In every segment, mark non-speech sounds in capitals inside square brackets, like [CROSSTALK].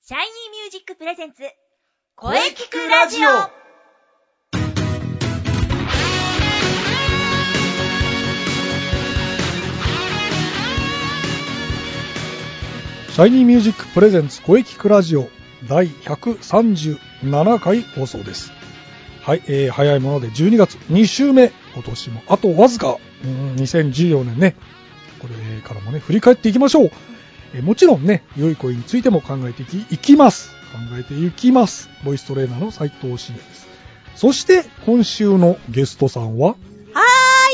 シャイニーミュージックプレゼンツ、声聞くラジオシャイニーミュージックプレゼンツ声聞くラジオ第137回放送です。はい、えー早いもので12月2週目、今年もあとわずか、うん2014年ね、これからもね、振り返っていきましょう。えーもちろんね、良い声についても考えていきいきます。考えていきます。ボイストレーナーの斉藤慎也です。そして、今週のゲストさんは、は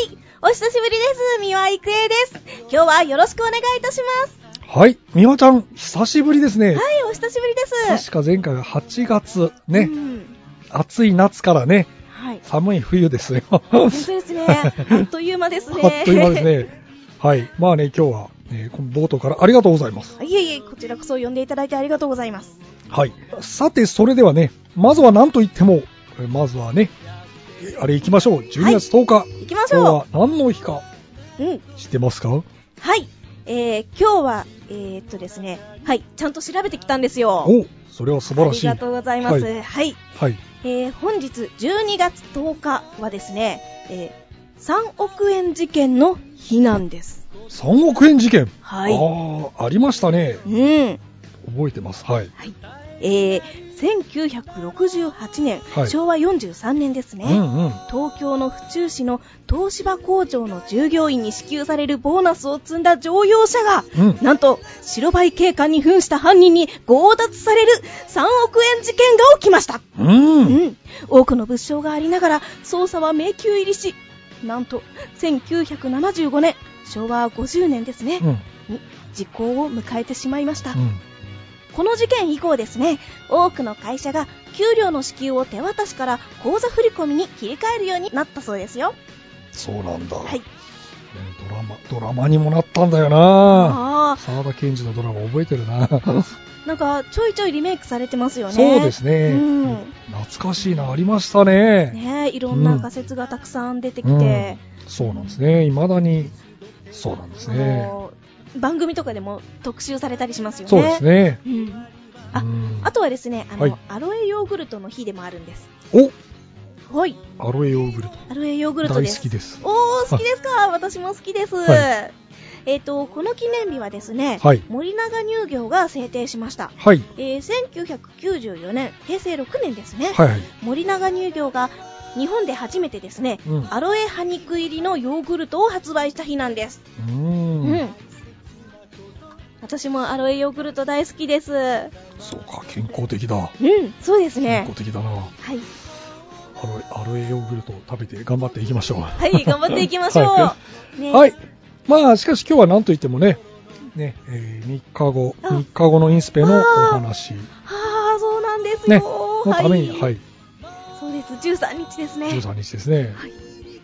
ーいお久しぶりです三輪郁恵です今日はよろしくお願いいたしますはい、美和ちゃん、久しぶりですね。はいお久しぶりです確か前回が8月、ね、うん暑い夏からね、 [LAUGHS] はい寒い冬ですよ。本当ですねあっという間ですね [LAUGHS] あっという間ですね。はい。まあね、今日は、えーこの冒頭からありがとうございます。いえいえこちらこそ呼んでいただいてありがとうございますはい。さて、それではね、まずは何と言っても、えーまずはね、えーあれ行きましょう。12月10日。行きまし今日ょは何の日かううん知ってますかはいえー、今日はえー、っとですねはいちゃんと調べてきたんですよおそれは素晴らしい。ありがとうございますははいい、はい。えー、本日12月10日はですね、えー、3億円事件の日なんです3億円事件。はいああ、ありましたね。うん覚えてます。はい。はい、えー、1968年、はい昭和43年ですね、うんうん。東京の府中市の東芝工場の従業員に支給されるボーナスを積んだ乗用車が、うんなんと白バイ警官に扮した犯人に強奪される3億円事件が起きました、う。うんん、多くの物証がありながら捜査は迷宮入りしなんと1975年昭和50年ですね、うん。に時効を迎えてしまいました、うん。この事件以降ですね多くの会社が給料の支給を手渡しから口座振込に切り替えるようになったそうですよそうなんだ。はいねドラマ、ドラマにもなったんだよなあ沢田研二のドラマ覚えて [LAUGHS] るな。あなんかちょいちょいリメイクされてますよねそうですね、うん懐かしいなありましたねねえいろんな仮説がたくさん出てきうんて、そうなんですねいまだにそうなんですあねの番組とかでも特集されたりしますよねそうですねうん、あうんあとはですねあの、はいアロエヨーグルトの日でもあるんですおはいアロエヨーグルトアロエヨーグルト大で好すきですおー、好きですか。私も好きです。はえっ、と、この記念日はですね、はい森永乳業が制定しました。はいえー1994年、平成6年ですね、はいはい森永乳業が日本で初めてですね、うんアロエ葉肉入りのヨーグルトを発売した日なんです。うーんうん私もアロエヨーグルト大好きです。うそうか健康的だん、そうです健ね康。的だなはい。アロエアロエヨーグルトを食べて頑張っていきましょうははい、頑張っていきましょう。はねはい。まあしかし今日は何と言ってもねね、えー、3日後あ3日後のインスペのお話ああ、そうなんですよ。ねのためにはいそうです、13日ですね。 13日ですね、はい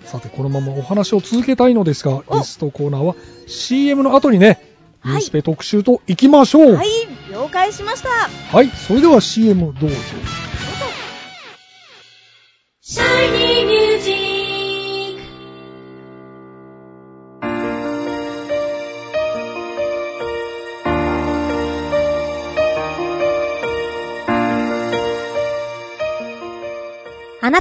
さてこのままお話を続けたいのですがおゲストコーナーは CM の後にねはいニュースペ特集といきましょうは、はいい、了解しました。それでは CM どうぞシャイニーミュージックあな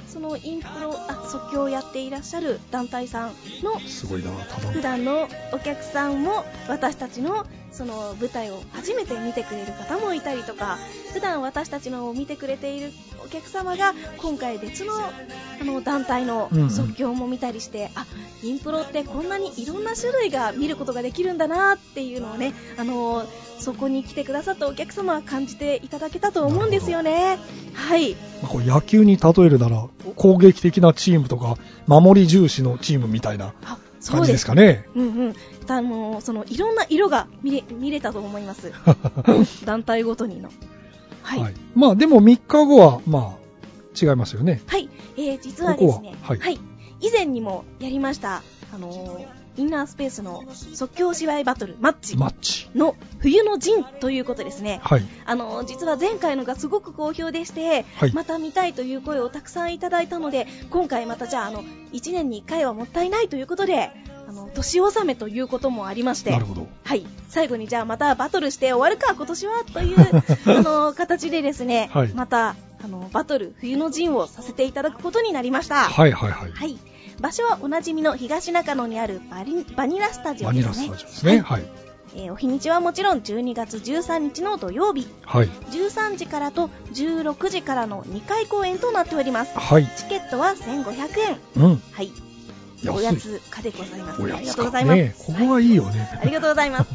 そのインプロ、あ、即興をやっていらっしゃる団体さんのすごいな、ただ普段のお客さんも私たちのその舞台を初めて見てくれる方もいたりとか普段私たちのを見てくれているお客様が今回別のあの団体のうんうん即興も見たりして、あインプロってこんなにいろんな種類が見ることができるんだなっていうのをねあのそこに来てくださったお客様は感じていただけたと思うんですよね。はいまあこう野球に例えるなら攻撃的なチームとか守り重視のチームみたいなあそ感うじでですすかね。うんうん、あのそのいろんな色が見れ見れたと思います。団体ごとにの。はい。は [LAUGHS] はいい。まあでも3日後はまあ違いますよね。えー、実はですねここははい以前にもやりました、あのーインナースペースの即興芝居バトルマッチマッチ。の冬の陣ということですね。はい。あのー実は前回のがすごく好評でして、はいまた見たいという声をたくさんいただいたので、今回またじゃあ、あの、1年に1回はもったいないということで、あの、年納めということもありまして、なるほど。はい、最後にじゃあまたバトルして終わるか、今年はと [LAUGHS] いうあの形でですね、はいまたあのバトル冬の陣をさせていただくことになりました。はいはいはいはい。場所はおなじみの東中野にあるバリバニラスタジオバでニラすスねタジオですね。はい。えーお日にちはもちろん12月13日の土曜日はい。 13時からと16時からの2回公演となっておりますはい。チケットは1500円うん。はいおや安い。つかでございますおあやりがつとうござか。います、ねここがいいよありね。がとうございます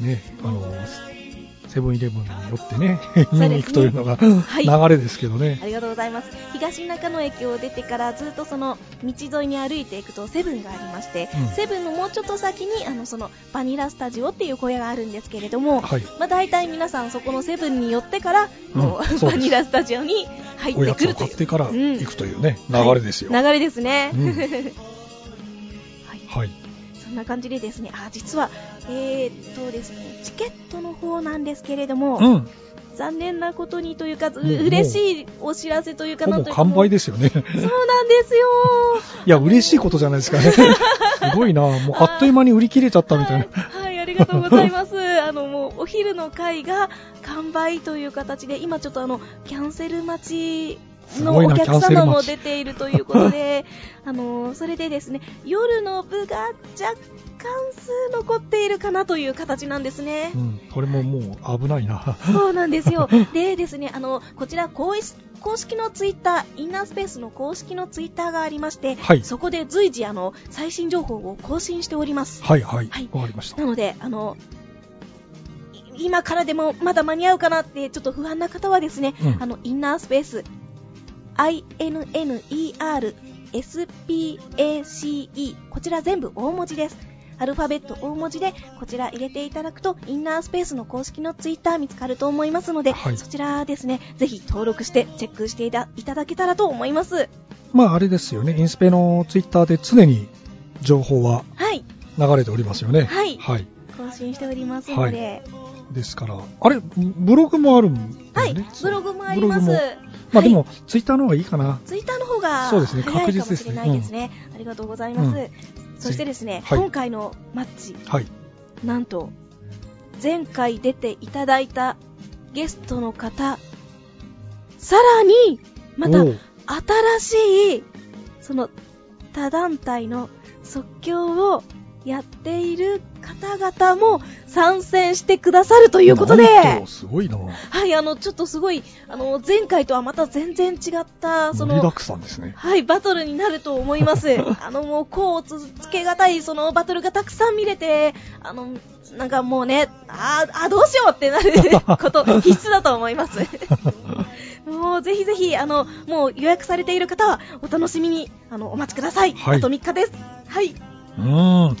ね。あの、セブンイレブンによってね、すね見に行くというのがい流れですけどね。ありがとうございます東中野駅を出てからずっとその道沿いに歩いていくとセブンがありまして、うんセブンのもうちょっと先にあのそのバニラスタジオっていう小屋があるんですけれども、はい。まあ、大体皆さんそこのセブンに寄ってから、うんもうそうですバニラスタジオに入っおやてつくをると買っいうてから行くというね、流れですよ。流れですね、うん [LAUGHS] はい、はい。そんな感じでですねあ実はえー、っとですねチケットの方なんですけれども、うん。残念なことにというかうもう嬉しいお知らせというかほなぼという完売でですよね。そうなんです [LAUGHS] よいや、嬉しいことじゃないで [LAUGHS] すかね。すごいなもうあっという間に売り切れちゃったみたいな。はい、はいありがとうございます。 [LAUGHS] あの、もう、お昼の会が完売という形で、今ちょっとあの、キャンセル待ちすのごいおな客キャンセ様ルも待ち出ているということで、 [LAUGHS] あの、それでですね、夜の部が若干数残っているかなという形なんですねう。ん。これももう危ないな。そうなんですよ。でですね、あの、こちら公式、公式のツイッター、インナースペースの公式のツイッターがありまして、はいそこで随時、あの、最新情報を更新しております。はいはいはい。わかりましたな。ので、あの、い今からでもまだ間に合うかなってちょっと不安な方はですね、うんあの、インナースペース、INNER、SPACE、こちら全部大文字です。アルファベット大文字で、こちら入れていただくと、インナースペースの公式のツイッター見つかると思いますので、はいそちらですね、ぜひ登録してチェックしていたいただけたらと思います。まああれですよね。インスペのツイッターで常に情報ははい、流れておりますよね。はいはい。更新しておりますので、ですから、あれ、ブログもあるんだはい、よね。ブログもあります。ブログもまあはいでも、ツイッターの方がいいかな。ツイッターの方がそうですね早いか確も実しれですねないですね。ありがとうございます。うんそしてですね、はい今回のマッチ、はい。なんと、前回出ていただいたゲストの方、さらに、またおう新しい、その、他団体の即興をやっている方々も参戦してくださるということで、なんとすごいな。はい、あの、ちょっとすごい、あの、前回とはまた全然違った、そ盛りだの、くさんですね。はい、バトルになると思い [LAUGHS] ます。あの、もう、こう続けがたい、その、バトルがたくさん見れて、あの、なんかもうね、あーあ、どうしようってなる [LAUGHS] こと、必須だと思います。 [LAUGHS] もう、ぜひぜひ、あの、もう予約されている方は、お楽しみに、あの、お待ちください。はいあと3日です。はい。うーん。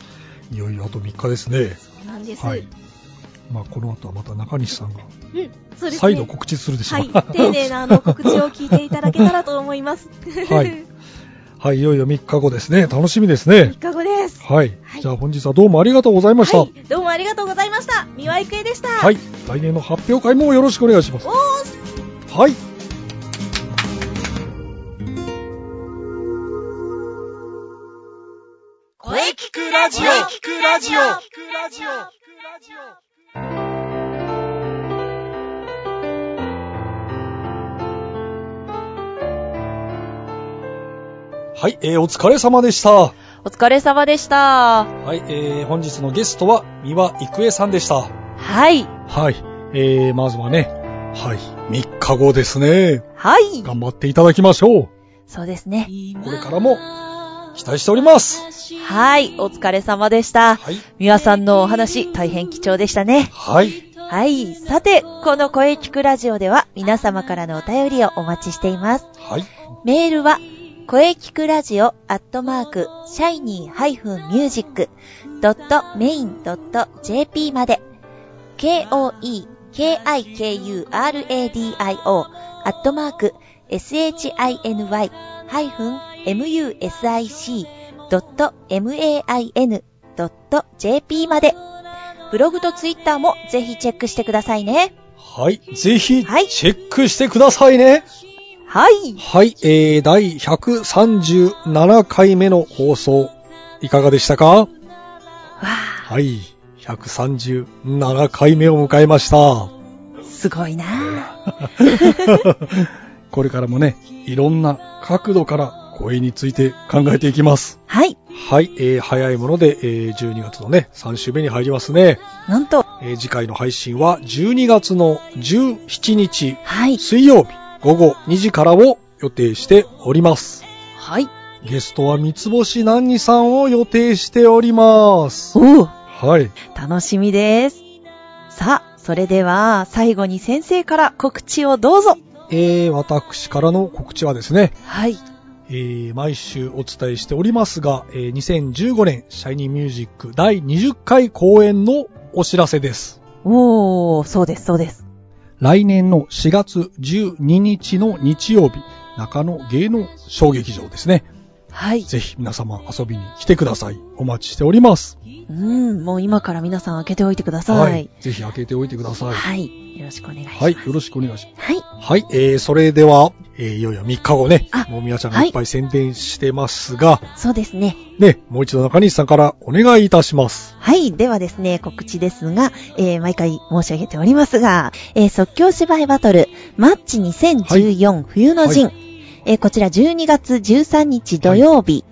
いよいよあと3日ですね。そうなんです。はい。まあ、この後はまた中西さんがうん、そうですね。再度告知するでしょはう。い、丁寧なあの告知を聞いていただけたらと思います。 [LAUGHS] はい。 [LAUGHS] はい、いよいよ3日後ですね。楽しみですね3。日後です。はい。はいじゃあ本日はどうもありがとうございました。は、はいどうもありがとうございました。三輪郁恵でした。い。来年の発表会もよろしくお願いしますお。ーはい。声聞くラジオ声聞くラジオはい、えー、お疲れ様でした。はお疲れ様でした。い、えー、本日のゲストは三輪郁恵さんでした。はい。はい、えー、まずはね、はい、3日後ですね。はい。頑張っていただきましょそうですね。う。これからも期待しております。はい。お疲れ様でした。はい、みわさんのお話、大変貴重でしたね。はい、はい。さて、この声聞くラジオでは、皆様からのお便りをお待ちしています。はい、メールは、声聞くラジオアットマーク、シャイニー -music.main.jp まで、k-o-e-k-i-k-u-r-a-d-i-o アットマーク、shiny-music.main.jp まで、ブログとツイッターもぜひチェックしてくださいね。はい、ぜひ、チはいェックしてくださいね。はい。はい、えー、第137回目の放送、いかがでしたかわあ、はい、137回目を迎えました。すごいなあ。これからもね、いろんな角度から声について考えていきます。はい。はい、えー早いもので、えー12月のね、3週目に入りますね。なんと、えー次回の配信は12月の17日、はい。水曜日午後2時からを予定しております。はい。ゲストは三つ星何にさんを予定しております。おお。はい。楽しみです。さあ、それでは最後に先生から告知をどうぞ。えー私からの告知はですね、はい。えー毎週お伝えしておりますが、えー2015年シャイニーミュージック第20回公演のお知らせです。おー、そうです、そうです。来年の4月12日の日曜日、中野芸能小劇場ですね。はい。ぜひ皆様遊びに来てください。お待ちしております。うん、もう今から皆さん開けておいてください。ぜひ開けておいてください。はい。よろしくお願いします。はい、よろしくお願いします。はい。はい、えー、それでは、えーいよいよ3日後ねあ、もうみやちゃんがいっぱい宣伝してますが、そうですね。ね、もう一度中西さんからお願いいたします。はい。ではですね、告知ですが、えー毎回申し上げておりますが、えー即興芝居バトル、マッチ2014冬の陣、はえーこちら12月13日土曜日、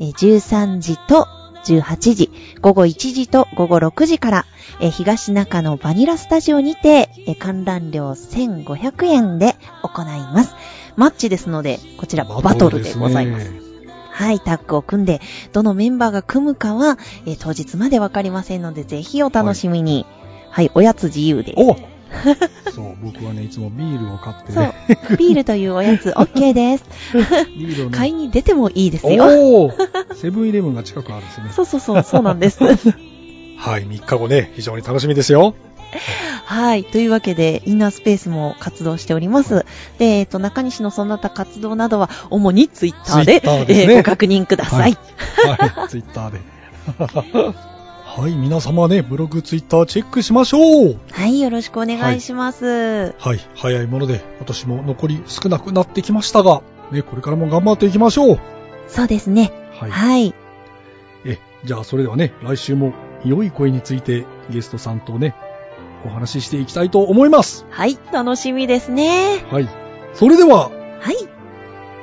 えー13時と18時、午後1時と午後6時から、えー東中野バニラスタジオにて、えー観覧料1500円で行います。マッチですので、こちらバトルでございます。ね。はい、タッグを組んで、どのメンバーが組むかは、えー当日までわかりませんので、ぜひお楽しみに。はい、おやつ自由です。おそう、僕はね、いつもビールを買ってそうね、、 [LAUGHS] ビールというおや [LAUGHS] つ OK です。ビールをね、買いに出てもいいですよ。おおーセブンイレブンが近くあるんですね。そうそうそう、そうなん [LAUGHS] です。はい、3日後ね、非常に楽しみですよ。はい。というわけで、インナースペースも活動しております。で、えっ、と、中西のその他活動などは、主にツイッターで、 Twitter ですねえーご確認ください。はい、ツイッターで。 [LAUGHS] はい、皆様ね、ブログ、ツイッターチェックしましょうはい、よろしくお願いします。はい、早いもので、今年も残り少なくなってきましたが、ね、これからも頑張っていきましょうそうですね。はい。はい。え、じゃあそれではね、来週も良い声についてゲストさんとね、お話ししていきたいと思いますはい、楽しみですね。はい。それでは、はい。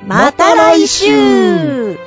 また来週また来週